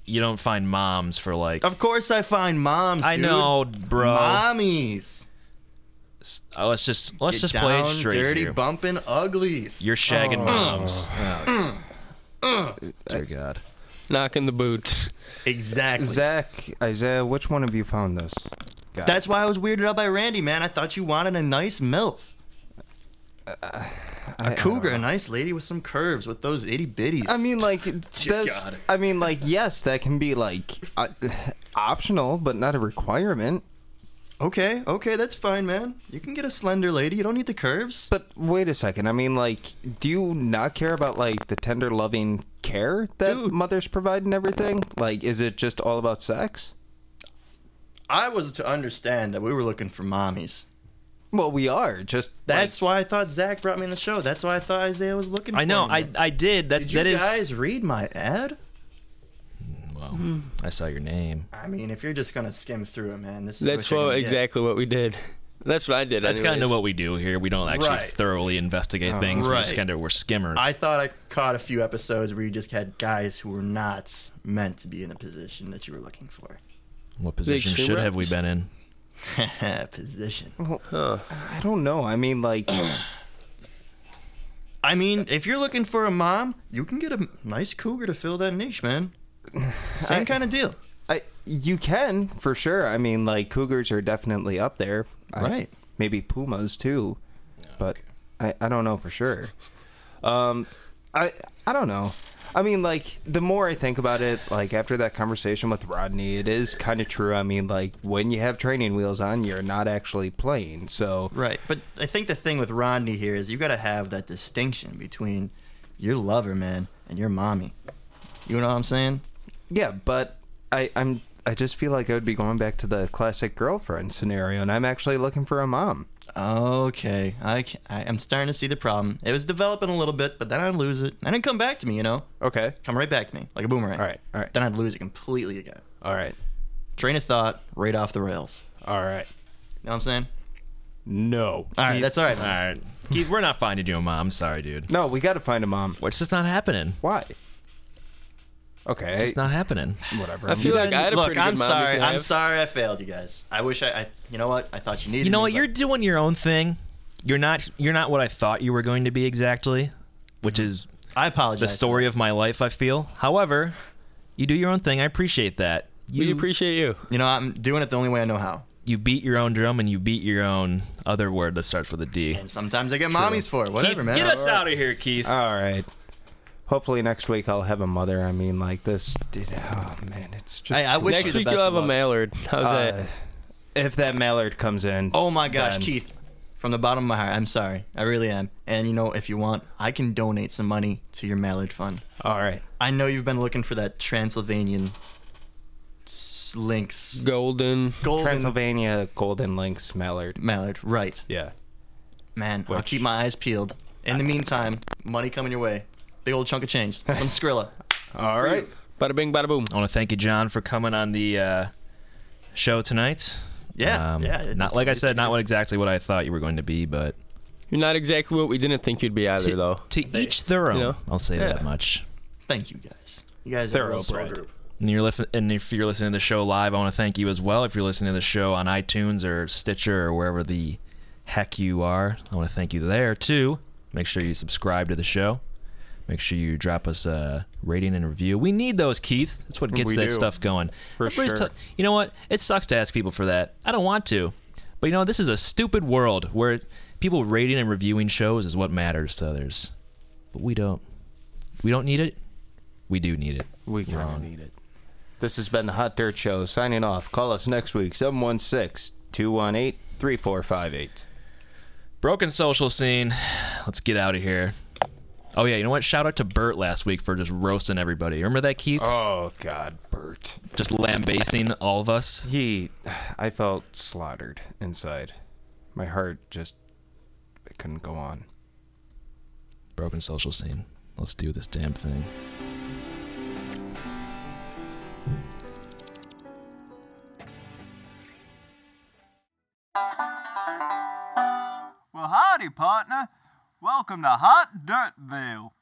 you don't find moms for like Of course I find moms, I dude. know, bro. Mommies. Oh, let's just let's Get just down, play it straight dirty, here. bumping uglies. You're shagging Oh. moms. Mm. Dear God. Knocking the boots. Exactly. Zach, Isaiah, which one of you found this? Guy? That's why I was weirded out by Randy, man. I thought you wanted a nice MILF. Uh, I- I a cougar, a nice lady with some curves, with those itty bitties. I mean, like that's. God. I mean, like yes, that can be like uh, optional, but not a requirement. Okay, okay, that's fine, man. You can get a slender lady. You don't need the curves. But wait a second. I mean, like, do you not care about like the tender, loving care that mothers provide and everything? Like, is it just all about sex? I was to understand that we were looking for mommies. Well, we are just. That's why I thought Zach brought me in the show. That's why I thought Isaiah was looking. I for know. me. I I did. That Did that you is. guys read my ad? Well, I saw your name. I mean, if you're just gonna skim through it, man, this is That's what you're what, gonna get. exactly what we did. That's what I did. That's kind of anyways. what we do here. We don't actually Right. Uh-huh. thoroughly investigate things. We're just right. kind of we're skimmers. I thought I caught a few episodes where you just had guys who were not meant to be in the position that you were looking for. what position Big should shimmer. have we been in? position. I don't know. I mean, like, I mean, if you're looking for a mom, you can get a nice cougar to fill that niche, man. Same I- kind of deal. I you can for sure. I mean, like, cougars are definitely up there. I- Right. maybe pumas too, but I I don't know for sure. Um, I I don't know. I mean, like the more I think about it, like after that conversation with Rodney, it is kind of true. I mean, like when you have training wheels on, you're not actually playing. So Right. But I think the thing with Rodney here is you got to have that distinction between your lover, man, and your mommy. You know what I'm saying? yeah, but I I'm I just feel like I would be going back to the classic girlfriend scenario, and I'm actually looking for a mom. Okay. I, ca- I, am starting to see the problem. It was developing a little bit, but then I'd lose it. And it'd come back to me, you know? Okay. Come right back to me, like a boomerang. All right. All right. Then I'd lose it completely again. All right. Train of thought, right off the rails. All right. You know what I'm saying? No. All right. That's all right. All right, Keith, we're not finding you a mom. I'm sorry, dude. No, we got to find a mom. It's just not happening. Why? It's Okay. just not happening. whatever. I feel like I had a Look, pretty I'm good mom. sorry. if I I'm have- sorry I failed you guys. I wish I, I you know what? I thought you needed You know me, what? but- You're Mm-hmm. doing your own thing. You're not. You're not what I thought you were going to be exactly, which is I apologize. The story of my life, I feel. However, you do your own thing. I appreciate that. You, appreciate you. You know, I'm doing it the only way I know how. You beat your own drum and you beat your own other word that starts with a D. And sometimes I get mommies for it. Whatever, Keith, man. Get us out of here, Keith. All right. Hopefully next week I'll have a mother. I mean, like this. Did, oh man, it's just. Hey, I wish too- you the best of luck. Mallard. How's Uh, If that Mallard comes in, Oh my gosh, then- Keith. From the bottom of my heart, I'm sorry. I really am. And you know, if you want, I can donate some money to your Mallard Fund. All right. I know you've been looking for that Transylvanian s- lynx. Golden. Golden Transylvania Golden Lynx Mallard. Mallard, right. Yeah. Man, I'll Which- keep my eyes peeled. In the meantime, money coming your way. Big old chunk of change. Some Skrilla. All right. Bada bing, bada boom. I want to thank you, John, for coming on the uh, show tonight. Yeah. Um, yeah. Not it's- like I it's- said, not what exactly what I thought you were going to be, but You're not exactly what we didn't think you'd be either, though. to each their own. know? I'll say that Yeah. much. Thank you guys. You guys are a real small Thoroughbred. group. And, you're listen- and if you're listening to the show live, I want to thank you as well. If you're listening to the show on iTunes or Stitcher or wherever the heck you are, I want to thank you there too. Make sure you subscribe to the show. Make sure you drop us a rating and review. We need those, Keith. That's what gets We that do. stuff going. For sure. you know what? It sucks to ask people for that. I don't want to. But you know, this is a stupid world where people rating and reviewing shows is what matters to others. But we don't. We don't need it. We do need it. We kind of need it. This has been the Hot Dirt Show. Signing off. Call us next week 716 218 3458. Broken social scene. Let's get out of here. Oh yeah, you know what? Shout out to Bert last week for just roasting everybody. Remember that, Keith? Oh, God, Bert. Just lambasting all of us. He. I felt slaughtered inside. My heart just. It couldn't go on. Broken social scene. Let's do this damn thing. Well, howdy, partner. Welcome to Hot Dirtville.